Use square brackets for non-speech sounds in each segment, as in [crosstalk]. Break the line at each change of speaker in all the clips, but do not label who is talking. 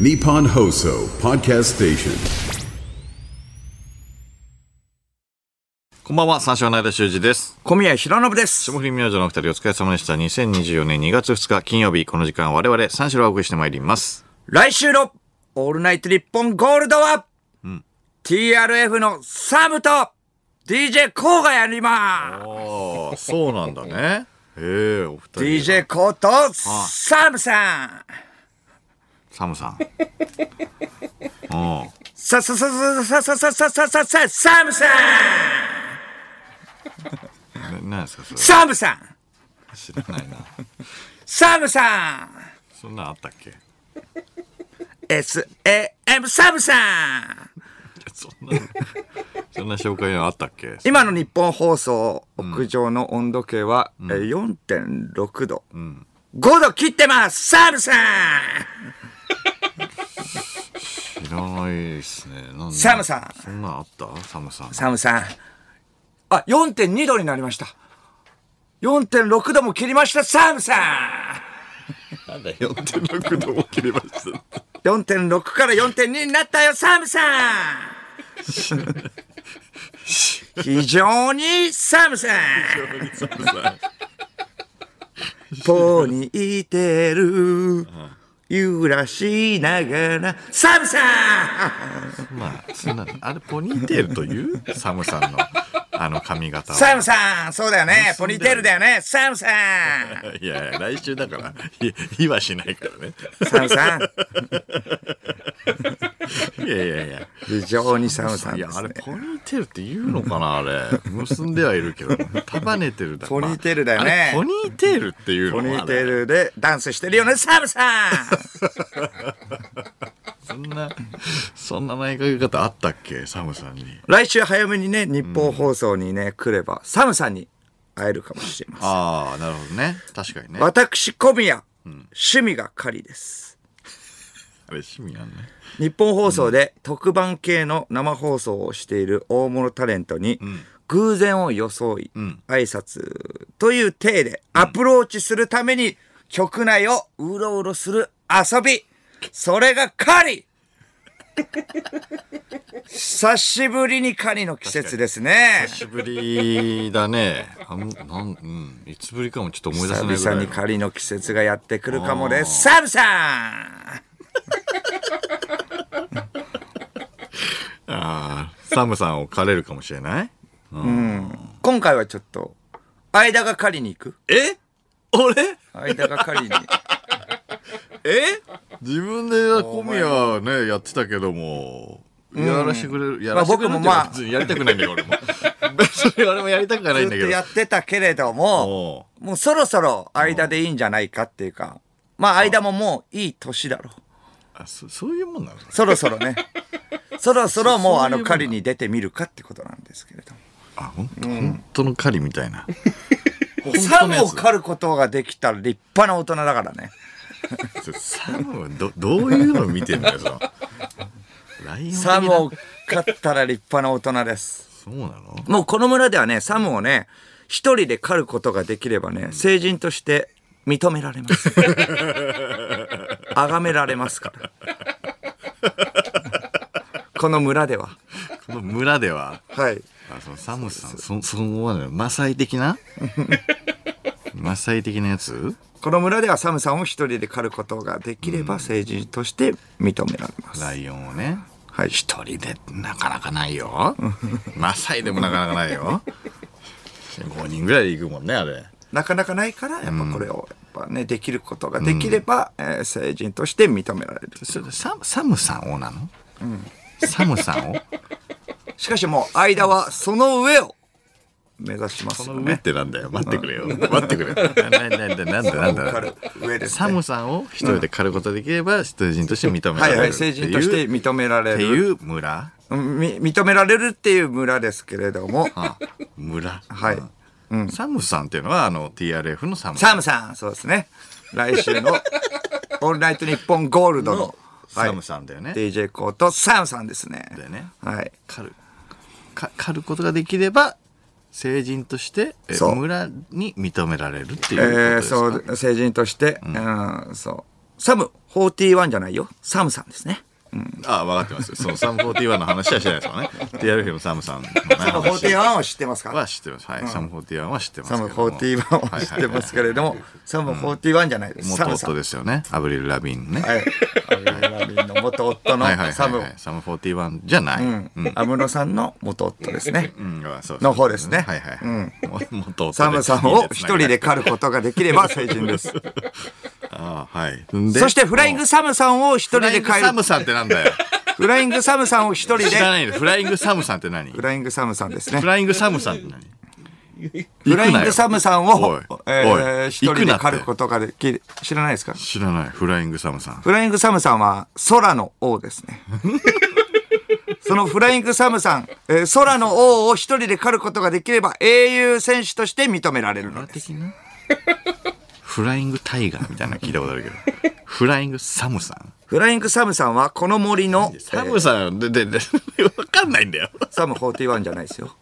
Nippon Hoso Podcast Station.
こんばんは、三四郎の間修二です。
小宮平信です。
霜降り明星のお二人お疲れ様でした。2024年2月2日金曜日、この時間我々三四郎をお送りしてまいります。
来週のオールナイト日本ゴールドは、TRF のサムと DJ コウがやりま
ああ、そうなんだね。 [laughs] ええ、お二人
す。。DJ コウとサムさん。
サムさん。 [laughs] お
ささささささささささサムさん
うな、なんですか、それ。
サムさん
知らないな。
サムさん
そんなんあったっけ
!SAM サムさん
そんな、そんな紹介のあったっけ
今の日本放送屋上の温度計は、えー4.6度、5度切ってますサムさん
知らないですね。なんだ
サムさん
そんなんあったサムさん。
サムさん。あ、4.2度になりました。4.6度も切りました、サムさ
なんだ、4.6度を切りました。
ん !4.6 から4.2になったよ、サムさん非常にサムさん
サムさん。
ポニーテール、揺らしながら、サムさん
まあ、そんな、あれ、ポニーテールというサムさんの、あの髪型は
サムさんそうだよねポニーテールだよねサムさん
いやいや、来週だから、い言いはしないからね。
サムさん [laughs]
いやいやいや。
非常にサムさん
い
で
や、あ
す
れ、
ね。
ポニーテールって言うのかな、あれ。結んではいるけど、束ねてるだ
ポニーテールだよ
あ
ね
れポニーテールっていうの
ポニーテ
ル。
ールでダンスしてるよね、サムさん
[laughs] そんな、そんな前掛け方あったっけ、サムさんに。
来週早めにね、日本放送にね、来れば、サムさんに会えるかもしれません。
ああ、なるほどね。確かにね。あれ、
私、小宮、趣味が狩りです。
趣味なんね。
日本放送で特番系の生放送をしている大物タレントに、偶然を装い、挨拶という体でアプローチするために、局内をうろうろする遊び。それが狩り久しぶりに狩りの季節ですね。
久しぶりだね。あんなん、うん。いつぶりかもちょっと思い出せないぐ
久
らい
々
の。
に狩りの季節がやってくるかもです。サムさ
ああ、サムさんを狩れるかもしれない
ん今回はちょっと、間が狩りに行く
え俺
間が狩りに。
え自分で小宮ね、やってたけども、やらしてくれる、やらしてくれるっていうか
まあ僕もまあ
別にやりたくないんだよ、俺も。 [laughs] 別に俺もやりたくはないん
ずっと
だけど。
やってたけれども、
お
もうそろそろ間でいいんじゃないかっていうか、まあ間ももういい年だろう。
うあそそういうもんなの
そろそろ
[laughs]
ね。そろそろもう
そう
あ
いうもん
の
な
狩りに出てみるかってことなんですけれども。
あ、ほんと、本当の狩りみたいな。
サ
本当のや
ム
つ
を狩ることができた立派な大人だからね。
サムはど、どういうの見てんだよ、その。ライオン的な
サムを狩ったら立派な大人です。
そうなの
もうこの村ではね、サムをね、一人で狩ることができればね、成人として認められ [laughs] ます。崇められますから。この村では。
この村では。
はい。
あそのサムさん、そそこまでマサイ的 [laughs] なマサイ的なやつ
この村ではサムさんを一人で狩ることができれば成人として認められます。
ライオンをね。
はい。一
鳥でなかなかないよ。マサイでもなかなかないよ。5人ぐらいで行くもんね、あれ。
なかなかないから、やっぱこれを、やっぱね、できることができれば、えー成人として認められる。
それササムさんをなの、サムさんを
しかしもう、間はその上を目指します
そ
よ
の
ね。
上ってなんだよ。待ってくれよ。待ってくれ。ななななんだなんだなん
わか
だ
る。上です、ね。
サムさんを一人で狩ることができれば、成人として認めら
は
れ
い
る。
はい、成人として
っていう
認められ
って
る。
いう村
うんみ認められるっていう村ですけれど [laughs] も、
あ村。
はい。
サムさんっていうのはあの TRF のサム
サムさん、そうですね。来週 [laughs] のオールナイトニッポンゴールドの、はい、
サムさんだよね。
DJ コーとサムさんですね。
だよね
はい。
狩るか狩ることができれば成人としてえ
そう
村に認められるっていうこと
えー
ですか、
そう、成人として、うん、そう。サム41じゃないよ。サムさんですね。
あ、分かってますよ。そのサム41の話はしてないですからね。TRF のサムさんのね
サム
話
41を知ってますか
は知ってます。はい。サム41は知ってます
サ
け
ム
ども。
41を知ってますけれども、サム41じゃないです。サ
元
ムさ
夫
ん。
ですよね。アブリル・ラビーンのね。
はい。アブリルラビンの元夫の
はいはい
サ
はい
ム
は。い。サム41じゃない。うん。
安室さんの元夫ですね。
うんあそう
の方ですね
はいはいはい。元夫
サムさんを一人で狩ることができれば成人
[laughs]
です。
ああはい。
そしてフライン
グ
グサムさんを一人で帰る
サ。ムさんってなんだよ。
フライングサムさんを一人で。
知らないの。フライングサムさんって何
フ
フ
ライングサムさんですね。
ライングサムさんって何
フライングサムさん
お
を
い、
え
お
ー
い
一人
行くな
で
って
狩ることができる。知らないですか
知らない。フライングサムさん。
フライングサムさんは空の王です
[laughs]
ね。そのフライングサムさん、えー空の王を一人で狩ることができれば英雄選手として認められるのです。
フライングタイガーみたいなの聞いたことある
[laughs]
けど。フライングサムさん。
フライングサムさんはこの森の、え
サ
ー
ムさん、で、で、で、わかんないんだよ。
サム41じゃないですよ。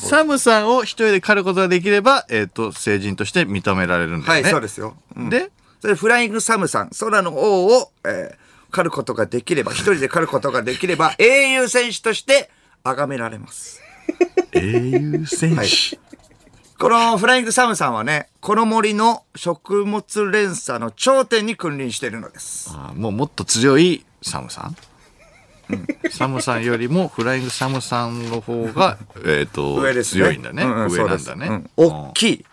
サムさんを一人で狩ることができれば、えっ、と、成人として認められるんだ
は
よ
い、
ね。
そうですよ。うん
で、
それフライングサムさん、空の王を、えー狩ることができれば、一人で狩ることができれば、 [laughs] 英雄選手として崇められます。
英雄戦士。
このフライングサムさんはね、この森の食物連鎖の頂点に君臨しているのです。
あーもうもっと強いサムさん。サムさんよりもフライングサムさんの方が、えっと、
上ですね。
強いんだね。
うう
上なん
そ
だ
う
ね。
で
う
すうんん大きい。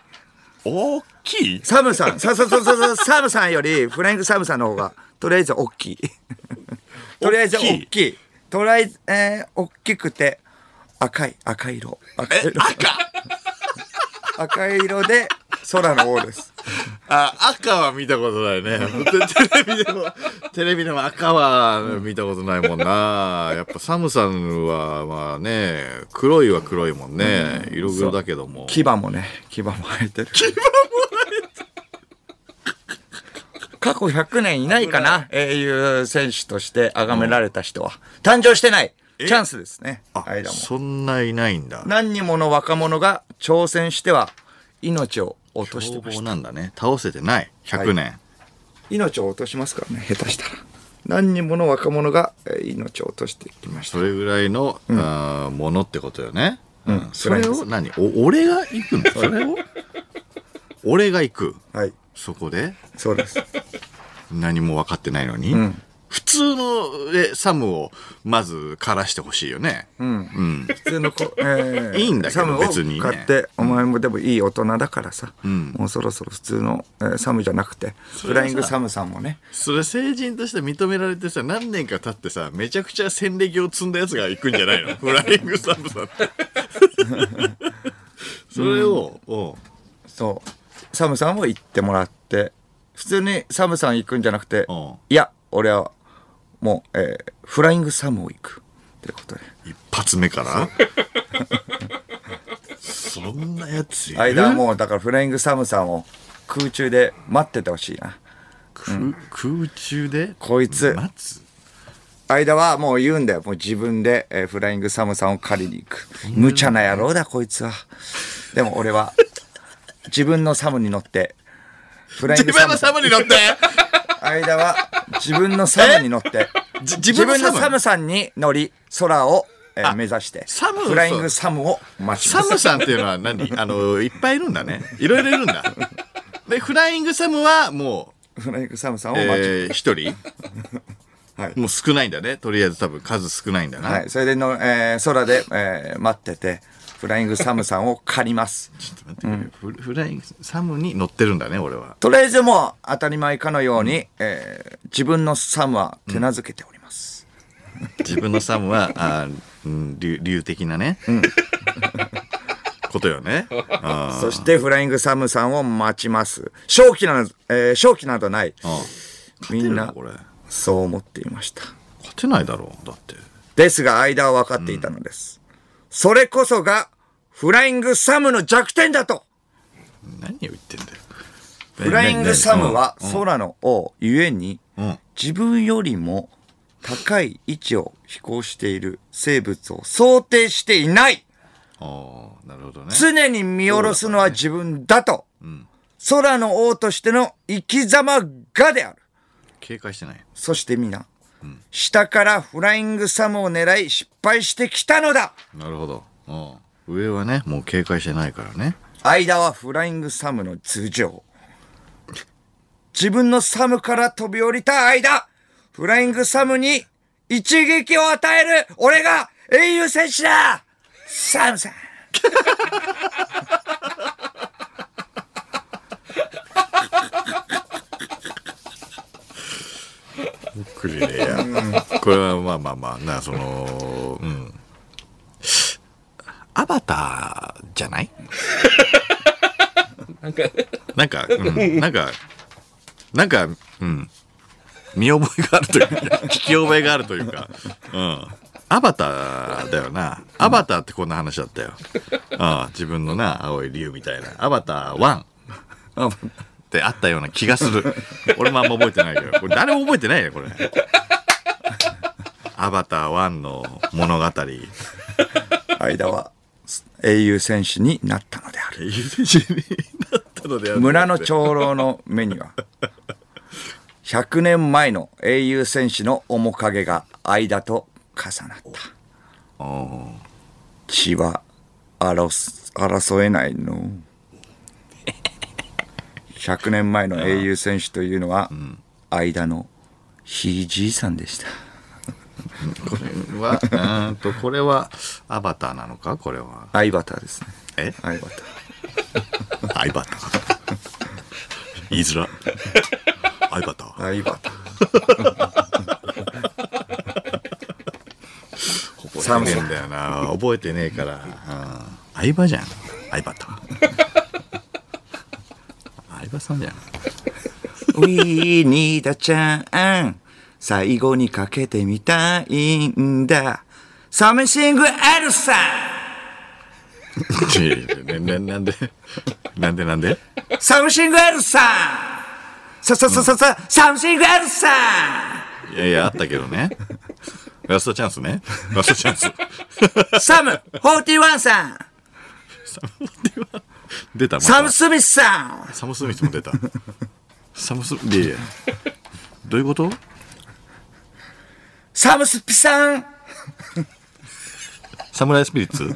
大きい
サムさん、さささささサムさんより、フライングサムさんの方が、とりあえず大きい。とりあえず大きい。とりあえず、えー、大きくて、赤い、赤色。赤色。赤色で、空の王です。
あ、赤は見たことないね。テレビでも、テレビでも赤は見たことないもんな。やっぱサムさんは、まあね、黒いは黒いもんね。色黒だけども。
牙もね、牙も生えてる。牙も過去100年いないかな、英雄選手として崇められた人は。誕生してない。チャンスですね。間も。
そんないないんだ。
何人もの若者が挑戦しては命を落として
消
まし
防
た
なんだね。倒せてない。100年。
命を落としますからね下手したら何人もの若者がえー命を落としてきました
それぐらいの、あーものってことよね。うん。それを
そ
何お俺が行くのそれを俺が行く。
はい
そこで
そうです
何も分かってないのに、普通のえサムをまず枯らしてほしいよね、
普通の
[laughs]
子、えー
いいんだけど
サムを
別にね
買って、お前もでもいい大人だからさ、もうそろそろ普通の、えーサムじゃなくてフライングサムさんもね
それ成人として認められてさ何年か経ってさめちゃくちゃ戦歴を積んだやつが行くんじゃないのフライングサムさんってそれを、おう
そうサムさんも行ってもらって普通にサムさん行くんじゃなくて、
うん
いや俺はもう、えーフライングサムを行くってことで
一発目からそんなやついる
間はもうだからフライングサムさんを空中で待っててほしいな
空空中で
こいつ
待つ
間はもう言うんだよもう自分で、えーフライングサムさんを借りに行く無茶な野郎だこいつはでも
[laughs]
俺は自分のサムに乗ってフライング
自
サ
分
ム
の
さ
サ
ん
ムに乗って
間は自分のサムに乗って
[laughs] じ
自分のサ
サム
ムさんに乗り空を、えー目指して
サム
フライングサムを待ちま
サ
す
ムさんっていうのは何あの、いっぱいいるんだね。いろいろいるんだ。で、フライングサムはも
フライングサムさんを
う、
待ち、
えー、一人
はい
もう少ないんだね。とりあえず多分数少ないんだな。
はい、それでの、えー空で、えー待っててフライングサムさんを借ります
ちょっと待ってくれよ、フフライングサムに乗ってるんだね、俺は。
とりあえずもう当たり前かのように、えー自分のサムは手なずけております、
自分のサムは、あーうん竜竜的なね。ことよね。
[laughs]
あ
そしてフライングサムさんを待ちます正気など、えー勝機などない
ーあー
みんな
勝てるのこれ。
そう思っていました
勝てないだろう、だって。
ですが間は分かっていたのです、それこそがフライングサムの弱点だと
何を言ってんだよ。
フライングサムは空の王ゆえに、
ん
自分よりも高い位置を飛行している生物を想定していない
ああー、なるほどね。
常に見下ろすのは自分だと、空の王としての生き様がである。
警戒してない。
そして皆、下からフライングサムを狙い失敗してきたのだ
なるほど。うん。上はね、もう警戒してないからね。
間はフライングサムの頭上。自分のサムから飛び降りた間、フライングサムに一撃を与える俺が英雄戦士だサムさん
クリレや。これはまあまあまあ、な、その、うん。アバターじゃないなんか、うん、なんか、なんか、うん。見覚えがあるというか、聞き覚えがあるというか、うん。アバターだよな。アバターってこんな話だったよ。ああ自分のな、青い竜みたいな。アバター1。ってあったような気がする。 [laughs] 俺もあんま覚えてないけど。これ誰も覚えてないよ、これ。 [laughs] アバター1の物語。
間は英雄戦士になったのである。
ゆでじになったのである
村の長老の目には、100年前の英雄戦士の面影が間と重なった。血は争す争えないの。100年前の英雄戦士というのは、間のひいじいさんでした。
これは、うーんと、これはアバターなのかこれは。
相バターですね。
え
相バター。
アイバター。言いづら。アイバター。
相バター。
覚えてねえんだよな。覚えてねえから。うん相葉じゃん。相葉と。相葉さんじゃん。
We need a chance 最後にかけてみたいんだ。サムシングエルさ
いやいやなななんでなんでなんで
んサムシングエルさんさささささ、サムシングエルさ
いやいや、あったけどね。ラストチャンスね。ラストチャンス。
んサム !41 さん
出た、また
サム・スミスさん
サムスミスも出た。サムス、いやいや。どういうこと
サム・スピさん
サムライスピリッツ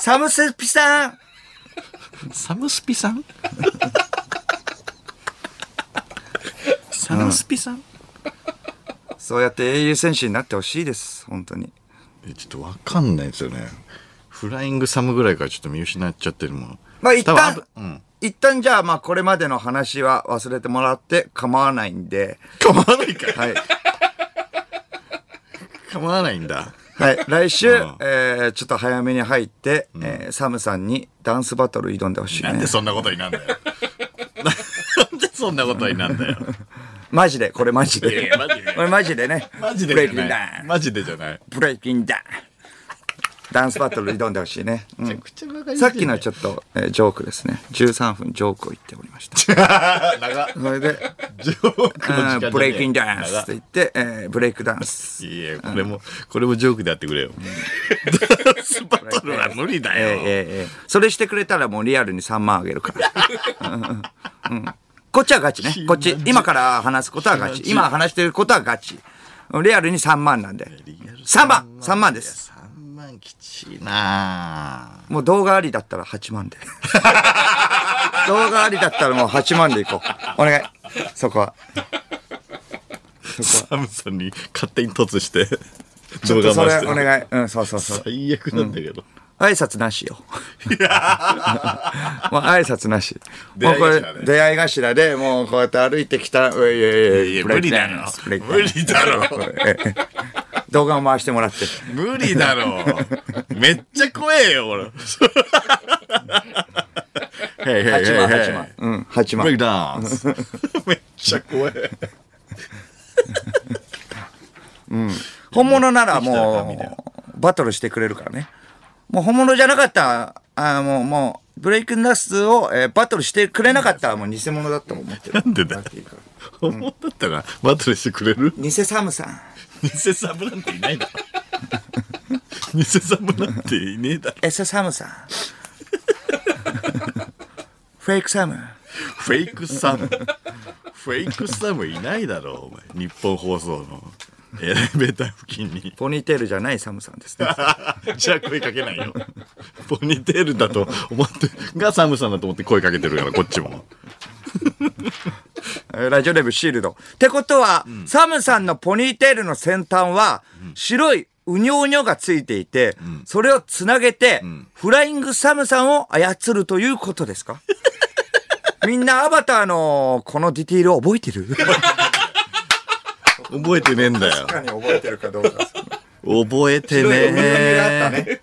サム・スピさん
サムスピさんサムスピさん
そうやって英雄戦士になってほしいです。本当に。
えちょっとわかんないですよね。フライングサムぐらいからちょっと見失っちゃってるもん。
まあ一
多分ぶ
旦、
うん。
一旦じゃあまあこれまでの話は忘れてもらって構わないんで、
構わないか。
はい。
構わないんだ。
はい、来週、
うん
えーちょっと早めに入って、えーサムさんにダンスバトル挑んでほしい、
なん
ね
で。そんなことになんだよ。 [laughs] なんでそんなことになんだよ。
マジで、これマジ
い
で
や。マジで
これマジでね。
マジで
ブレイ
じ
キ
ゃ
ンダ
ない。
ン。
マジでじゃない。
ブレイキンダン。ダンスバトル挑んでほしいね。うんさっきのはちょっと、えージョークですね。13分ジョークを言っておりました。
長っ。
それで、
ジョークの時
あ
間じゃね
ー
え
ブレイキンダンス
長
っ
って
言って、えーブレイクダンス。
いやこれも、これもジョークでやってくれよ。スパトルは無理だ
えーえー
よ。
えーそれしてくれたらもうリアルに3万あげるから。うんうん [laughs] こっちはガチね。こっち。今から話すことはガチ。今話してることはガチ。リアルに3万なんで。3万 !3 万です。
3万きちいな
もう動画ありだったら8万で。 [laughs] 動画ありだったらもう8万でいこう。お願い。そこは。
サムさんに勝手に突して、
ちょっとそれお
い。
願い。うん、そうそうそう。
最悪なんだけど。
挨拶なしよ。 [laughs] もう挨拶なし。
出
もう
会い
これ
頭で、
出会い頭で、もうこうやって歩いてきた。いやいやいや、
無理だろ
ブレイクダ
無
ンス
理だろ
ブレイクダンスええ動画を回してもらって。
無理だろう。めっちゃ怖えよ、 [laughs] 俺。
8
8
万、8万。うん、8
ブレイクダ
万。
ンス。 [laughs] めっちゃ怖え。
本物なら
できたら神だよ
もう、バトルしてくれるからね。もう本物じゃなかったら、あーもう、もう、ブレイクダンスを、えーバトルしてくれなかったらもう偽物だったもん思ってる。
なんでだよ。本物だったらバトルしてくれる
偽サムさん。
偽サブなんていないだろ。 [laughs] 偽サブなんて [laughs] いねえだろ。
エセサムさん。フェイクサム。
フェイクサム。フェイクサムいないだろう、お前。日本放送のエレベーター付近に。
ポニーテールじゃないサムさんですね。 [laughs]
じゃあ声かけないよ。ポニーテールだと思って、がサムさんだと思って声かけてるから、こっちも。
えーラジオネームシールド。ってことは、サムさんのポニーテールの先端は、白いうにょうにょがついていて、それをつなげて、フライングサムさんを操るということです [laughs] かみんなアバターのこのディティールを覚えてる
覚えてねえんだよ。
何覚えてるかどうか。
覚えてねえ。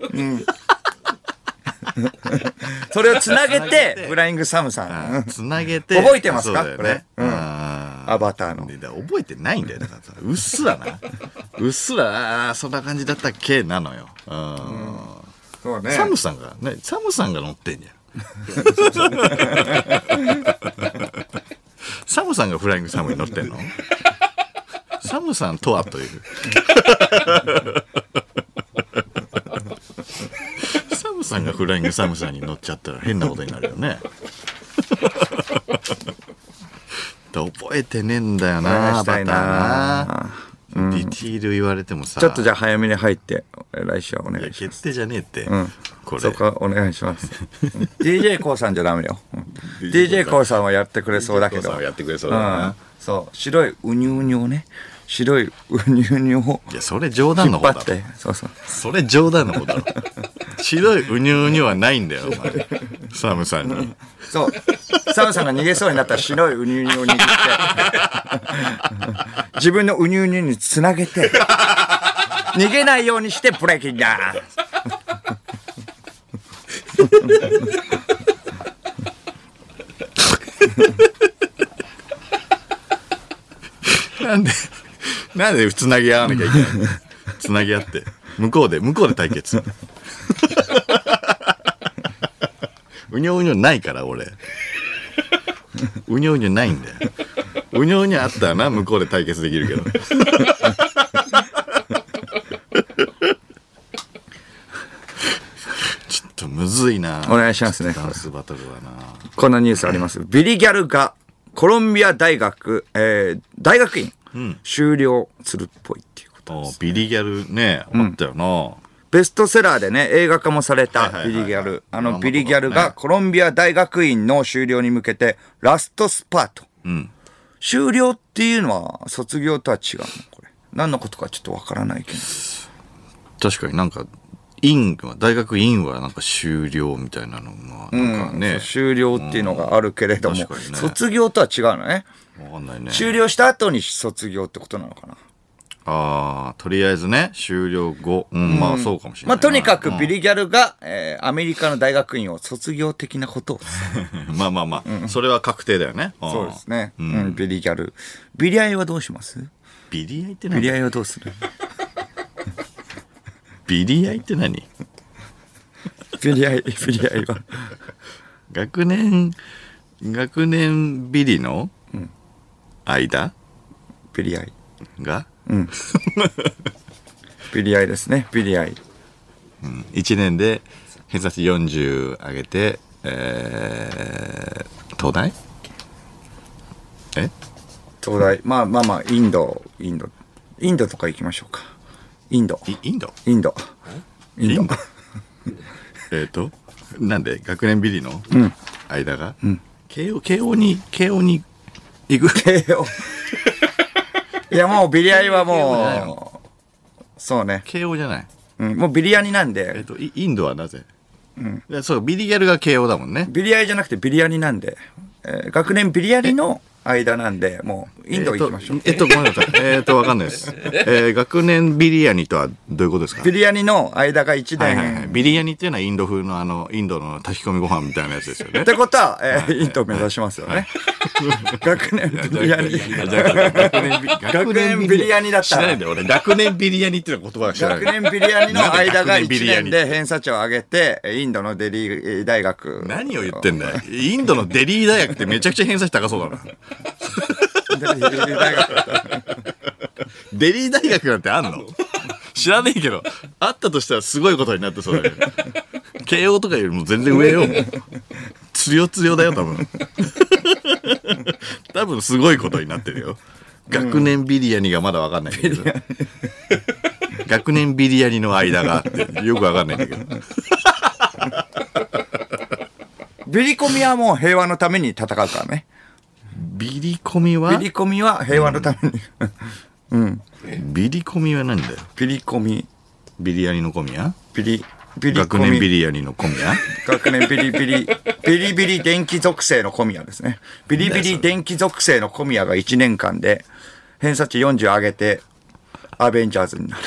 [laughs] それをつなげて、フライングサムさん。
つなげて。
覚えてますか
そうだよね。うん。ア
アバターの。
覚えてないんだよ。だからさ、うっすらな。うっすら、あーそんな感じだったっけなのよ。うん。
そうね
サムさんが、ね、サムさんが乗ってん
[laughs]
じゃん。サムさんがフライングサムに乗ってんのサムさんとはという。サムさんがフライングサムさんに乗っちゃったら変なことになるよね。覚えてねえんだよな、
お願いしたいな
バターな。ディティール言われてもさ、
ちょっとじゃあ早めに入って、来週はお願いします。
決定じゃねえって、これ。
そこはお願いします。d j k o さんじゃダメよ。d j k o さんはやってくれそうだけ
DJ
ど
KOO さん。はやってくれそうだ
う。
なん
そう、白いうにゅうにゅうね。白いうにゅうにゅうを
いや、それ冗談
引
の
っ
方
張
だ
っ
ろ
て。。そうそう。
それ冗談の方
[laughs]
だろ。白いうにゅうにゅはないんだよ、お前。サムさんに。
そう。サムさんが逃げそうになったら白いうにゅうにゅうを握って、自分のうにゅうにゅうにつなげて、逃げないようにしてブレーキンだ。
なんで、なんでつなぎ合わなきゃいけないのつなぎ合って。向こうで、向こうで対決。うにょうにょないから、俺。うにょうにょないんだよ。うにょうにょあったらな、向こうで対決できるけど。ちょっとむずいな。
お願いしますね
ダンスバトルはな。
こんなニュースあります。ビリギャルがコロンビア大学、えー大学院、修了するっぽいっていうことです。
おビリギャルね、あったよな。
ベストセラーでね、映画化もされ
はいはい
た
はい
ビリギャル。あ
山
の
本
ビリギャル
ね
がコロンビア大学院の修了に向けてラストスパート。修了っていうのは卒業とは違うのこれ。何のことかちょっとわからないけど。
確かになんか、院は、大学院はなんか終了みたいなのが、なんかね、
修了っていうのがあるけれども、
うん確かにね
卒業とは違うのね。
わかんないね。
修了した後に卒業ってことなのかな。
ああ、とりあえずね、終了後。うん、まあそうかもしれ
ま
ないな。
あ、とにかくビリギャルが、えーアメリカの大学院を卒業的なことを
うん。 [laughs] まあまあまあ、それは確定だよね。あー
そうです。ね。うん、ビリギャル。ビリアイはどうします
ビリヤイって
ビ
何
リアイはどうする
ビリヤイって何
ビリア [laughs] イ、ビリアイは。
学年、学年ビリの間
ビリアイ。
が、
ビリアイですね。ビリアイ。
1年で偏差値40上げて、えー、東大え
東大。まあまあまあ、インド、インド。インドとか行きましょうか。インド。
いインド
インド。インド。
えっ、となんで学年ビリの間が、慶応慶応に慶応に行く
慶応。 [laughs] いや、もうビリアイは
慶応じゃない
もう、そうね。
慶応じゃない
うん、もうビリヤニなん
えっ、
で、
とイインドはなぜ、うん、そうビリギャルが慶応だもんね
ビリアイじゃなくてビリヤニなんで、えー学年ビリヤニの間なんで、もう、インド行きましょう。
えっ、とえっとごめんな
[laughs]
さいえっとわかんないです、えー、学年ビリヤニとはどういうことですか
ビリヤニの間が1
はいはいはい、
年。
ビリヤニっていうのはインド風のあのインドの炊き込みご飯みたいなやつですよね
ってことは、えーインドを目指しますよね。学年ビリヤニ。
学
[laughs] 学年ビリヤニだった
知らないんだよ俺学年ビリヤニっていう言葉が知らない
学年ビリヤニの間が
なんで学年ビリ
1
ヤ
年
ニ
で偏差値を上げて、インドのデリー大学。
何を言ってんだよインドのデリー大学ってめちゃくちゃ偏差値高そうだな
デリー大学。
デリー大学なんてあんの知らねえけどあったとしたらすごいことになってそうだけど慶応とかよりも全然上よもう強強だよ多分 [laughs] 多分すごいことになってるよ。学年ビリヤニがまだわかんないんだけど。学年ビリヤニの間があって、よくわかんないんだけど。
ビリコミはもう平和のために戦うからね。
ビリコミは
ビリコミは平和のために。
ビリコミは何だよ。
ビリコミ、
ビリヤニのコミヤ
ビリ、ビリコ
学
ミ。
年ビリヤニのコミヤ
[laughs] 学年ビリビリ、ビリビリ電気属性の小宮ですね。ビリビリ電気属性の小宮が1年間で、偏差値40上げて、アベンジャーズになる。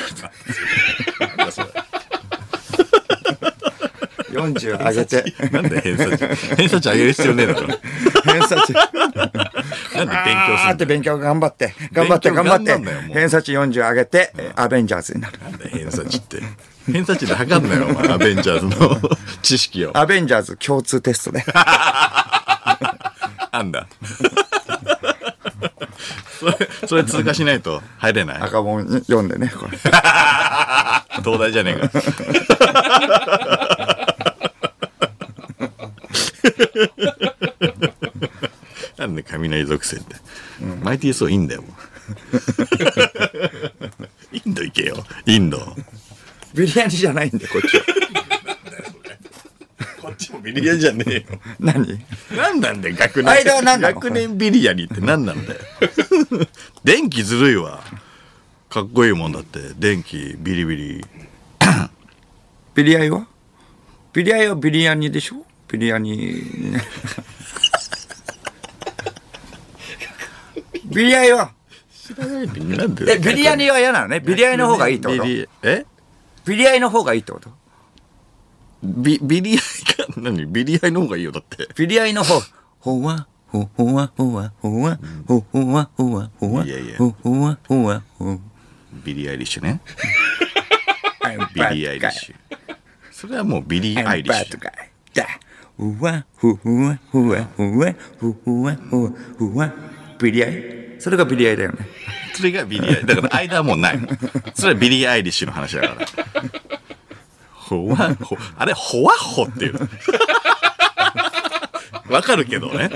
40上げて、
なんで偏差値偏差値上げる必要ねえだろ。なんで
偏差
勉強す
値、あー
る
っ
ん
て
だ
勉強頑張って、頑張って
勉強
頑張っ
頑張んなよも
て、
う
偏差値40上げて、えアベンジャーズになる。
なんだよ偏差値って。偏差値で測んなよ、お前。アベンジャーズ
[laughs]
の知識を。
アベンジャーズ共通テストで。
あんだ。それ、それ通過しないと入れない。
赤本読んでね、これ。
東大じゃねえか。なんで雷属性って。マイティーソーいいんだよ、もうインド行けよ、インド。
[laughs] ビリヤニじゃないんで、こっちは。
こっちもビリヤニじゃねえよ。
[laughs] 何
なんなんだよ、学年。
間は何なの
学年ビリヤニって何なんだよ。電気ずるいわ。かっこいいもんだって。電気、ビリビリ。
ビリヤイはビリヤイはビリヤニでしょビリヤニ。ビリヤイは、
なんで
え、ビリヤニは嫌なのね。ビリヤイの方がいいってこと
ビリえ
ビリヤイの方がいいってこと
ビビリヤイか何ビリヤイの方がいいよだって
ビリヤイの方、ほわ、ほ、ほわ、ほわ、ほわ、ほ、ほわ、ほわ、ほわ
いやいや、
ほ、ほわ、ほわ、ほわ。
ビリーアイリッシュねビリーアイリッシュそれはもうビリーアイリッシュ
うわ、ふわ、ふわ、ふわ、ふわ、ふわ、ふわ。ビリヤイそれがビリヤイだよね。
それがビリーアイだから間はもうないもんそれはビリーアイリッシュの話だからほわほあれほわほっていうわかるけどね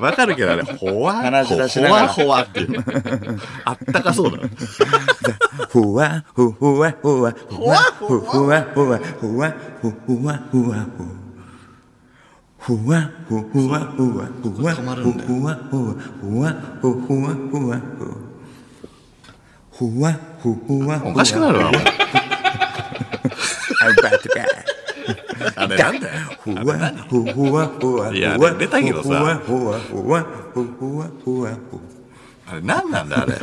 わかるけどあれほわ
話し出し
ほ
なが
わ
ら
ほわっていうあったかそうだ
ふわ、ふふわ、ふわ、ふわ、ふふわ、ふわ、ふわ、ふふわ、ふわ、ふふわ、ふふわ、ふわ、ふわ、ふふわ、ふわ、ふわ、ふふわ、ふわ、ふわ、ふふわ、
おかしくなるわお前
アウバーとか。
あれなんだよ
ふわ、ふふわ、ふわ、
いや
ふわ、
出たけどさ
ふわ、ふわ、ふわ、ふふわ、ふわ、
あれ何なんだあれ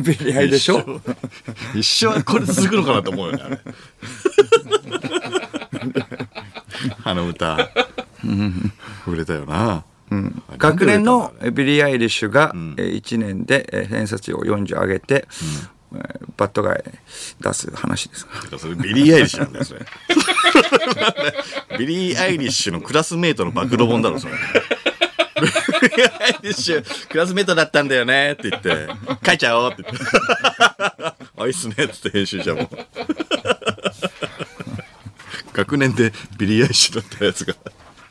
ビリヤイでしょ
[laughs] 一生これ続くのかなと思うよねあれ
[laughs]
あの
[laughs]
歌売れたよな、あれ
学年のビリー・アイリッシュが1年でえー偏差値を40上げて、えーバットガイ出す話です。
なんで売れたんだろうそれビリー・アイリッシュなんだよそれビリー・アイリッシュのクラスメートの暴露本だろそれビリー・アイリッシュクラスメートだったんだよねって言って書いちゃおうって言ってあいいっすねっつって編集者も学年でビリー・アイリッシュだったやつが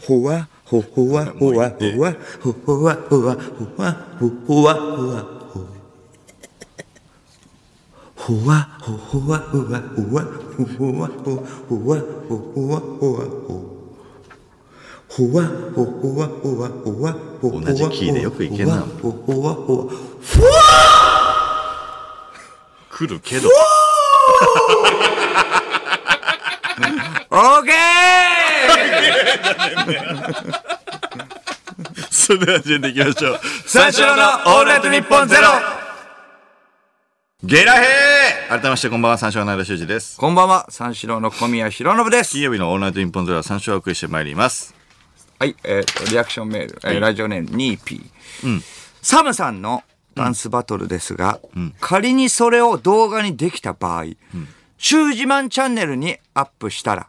ほわ、ほほわ、ほわ、ほわ、ほほわ、ほわ、ほわ、ほほわ、ほわ、ほほわ、ほほわ、ほわ、ほわ、ほほわ、ほわ、ほわ、ほほわ、ほわ、ほわ、ほほわ、ほわ、ほわ、ほほわ、
同じキーでよくいけんな
ほほわ、ほわ、
来るけど
オーケー
それでは始めていきましょう。
三四郎のオールナイトニッポンゼロ
ゲラヘー改めましてこんばんは、三四郎の間修二です。
こんばんは、三四郎の小宮浩信です
金。曜日のオールナイトニッポンゼロは三四郎をお送りしてまいります。
はい、えーとリアクションメール、えー
い
ラジオネーム 2P、サムさんのダンスバトルですが、仮にそれを動画にできた場合、中自慢チャンネルにアップしたら、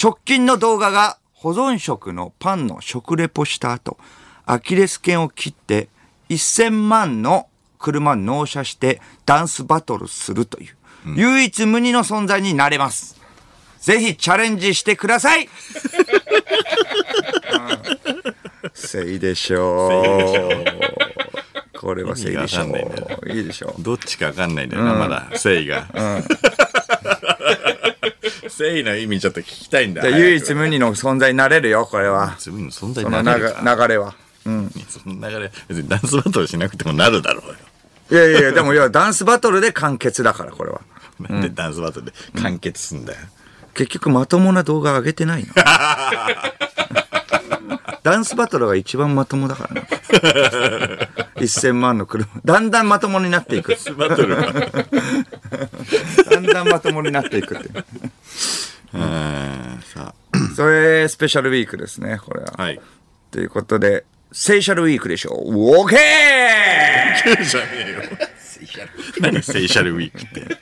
直近の動画が保存食のパンの食レポした後、アキレス腱を切って1000万の車に納車してダンスバトルするという、唯一無二の存在になれます。ぜひチャレンジしてくださいせいでしょ
せいで
う。これはせいでしょ
意味がわかんないんだ
う。いいでしょう。
どっちかわかんないんだよな、まだ、誠意が。誠意の意味ちょっと聞きたいんだ。
で唯一
無
無二の存在になれるよ、これは。
二の存在に
その
な
流
れるか。
流れは。うん。
その流れ、別にダンスバトルしなくてもなるだろうよ。
いやいやいや、でも、いや、ダンスバトルで完結だから、これは。
なんでダンスバトルで完結すんだよ。
結局、まともな動画上げてないの。 [laughs] ダンスバトルが一番まともだからな。1000万の車。だんだんまともになっていく。
バトルは。
だんだんまともになっていくっていう。
うん、さ
それ、スペシャルウィークですね、これは。
あ。はい。
ということで、セイシャルウィークでしょう。オーケー
じゃねえよ。 [laughs] 何セイシャルウィークって。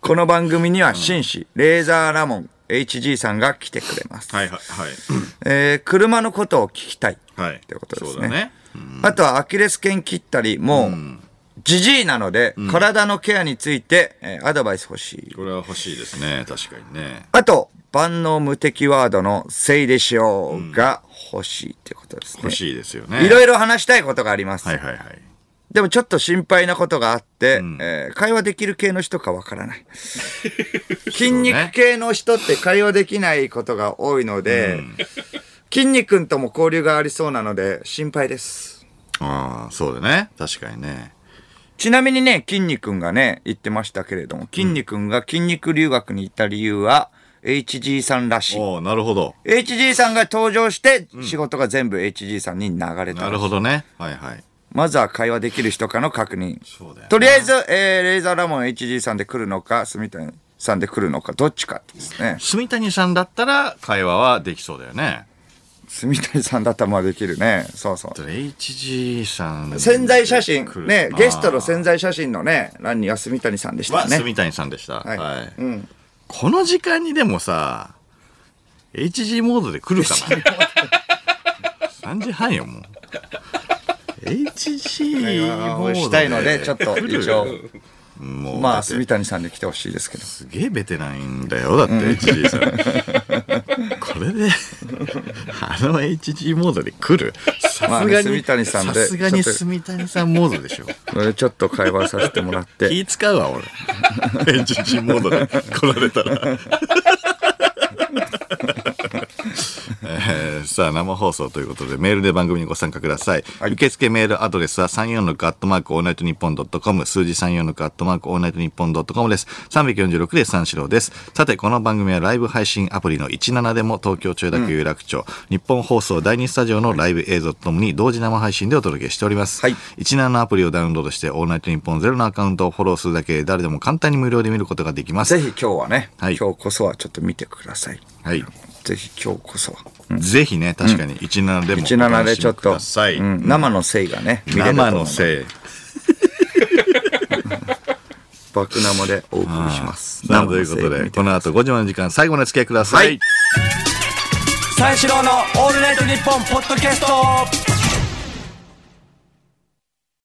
この番組には紳士、レーザーラモン、HG さんが来てくれます。
はいはいはい。
えー車のことを聞きたい。
はい。
ってことです
そ
ね
うだね。
あとはアキレス腱切ったり、もう、ジジイなので、体のケアについて、えーアドバイス欲しい。
これは欲しいですね。確かにね。
あと、万能無敵ワードのせいでしょうが欲しいってことですね。
欲しいですよね。
いろいろ話したいことがあります。
はいはいはい。
でもちょっと心配なことがあって、えー会話できる系の人かわから
[laughs]
ない。筋肉系の人って会話できないことが多いので、筋肉くんとも交流がありそうなので心配です。
ああ、そうだね。確かにね。
ちなみにね、筋肉くんがね、言ってましたけれども、筋肉くんが筋肉留学に行った理由は、HG さんらしい。
おおなるほど。
HG さんが登場して、仕事が全部 HG さんに流れた
な。るほどね。はいはい。
まずは会話できる人かの確認。
そうだよね
とりあえず、えーレーザーラモン HG さんで来るのか、住谷さんで来るのか、どっちかですね。
住谷さんだったら会話はできそうだよね。
住谷さんだったらまあできるね。そうそう。
HG さん。
潜在写真
来、る
ね、ゲストの
あ
潜在写真のね、欄には住谷さんでし
ーは
たね。
住谷さんでした。はい。
うん。
この時間にでもさ、HG モードで来るかな ?3 時半よ、
[laughs]
もう。HG モード
をしたいので、ちょっと
来る
一応、
もう、
ま
ま
あ、
あ、
住谷さんで来てほしいですけど。
すげえベテランだよ、だって HG さん。これで、あの HG モードで来る
ま
さ
あ
す
ね
が
住
に、
谷さんで
さすがに住谷さんモードでしょ。
それでちょっと会話させてもらって、
気使うわ、俺。HG [laughs] モードで来られたら。 [laughs] えーさあ生放送ということでメールで番組にご参加ください、受付メールアドレスは34のカットマークオールナイトニッポンドットコム数字34のカットマークオールナイトニッポンドットコムです346で三四郎ですさてこの番組はライブ配信アプリの17でも東京中田区有楽町、日本放送第2スタジオのライブ映像とともに同時生配信でお届けしております、
はい
17のアプリをダウンロードしてオールナイトニッポンゼロのアカウントをフォローするだけで誰でも簡単に無料で見ることができます
[laughs] ぜひ今日はね、
は
今
い
日こそはちょっと見てください。
はい
ぜひ今日こそは。
ぜひね確かに17でもお
17
楽
で
し
ちょ
み
っ
く
と
ださい、
うん生のせいがね見れると
生
思う
のせい
バク生でお送りします
さあということでこの後5時までの時間最後までお付き合いくださ
はい
い
三四郎の「オールナイトニッポン」ポッドキャスト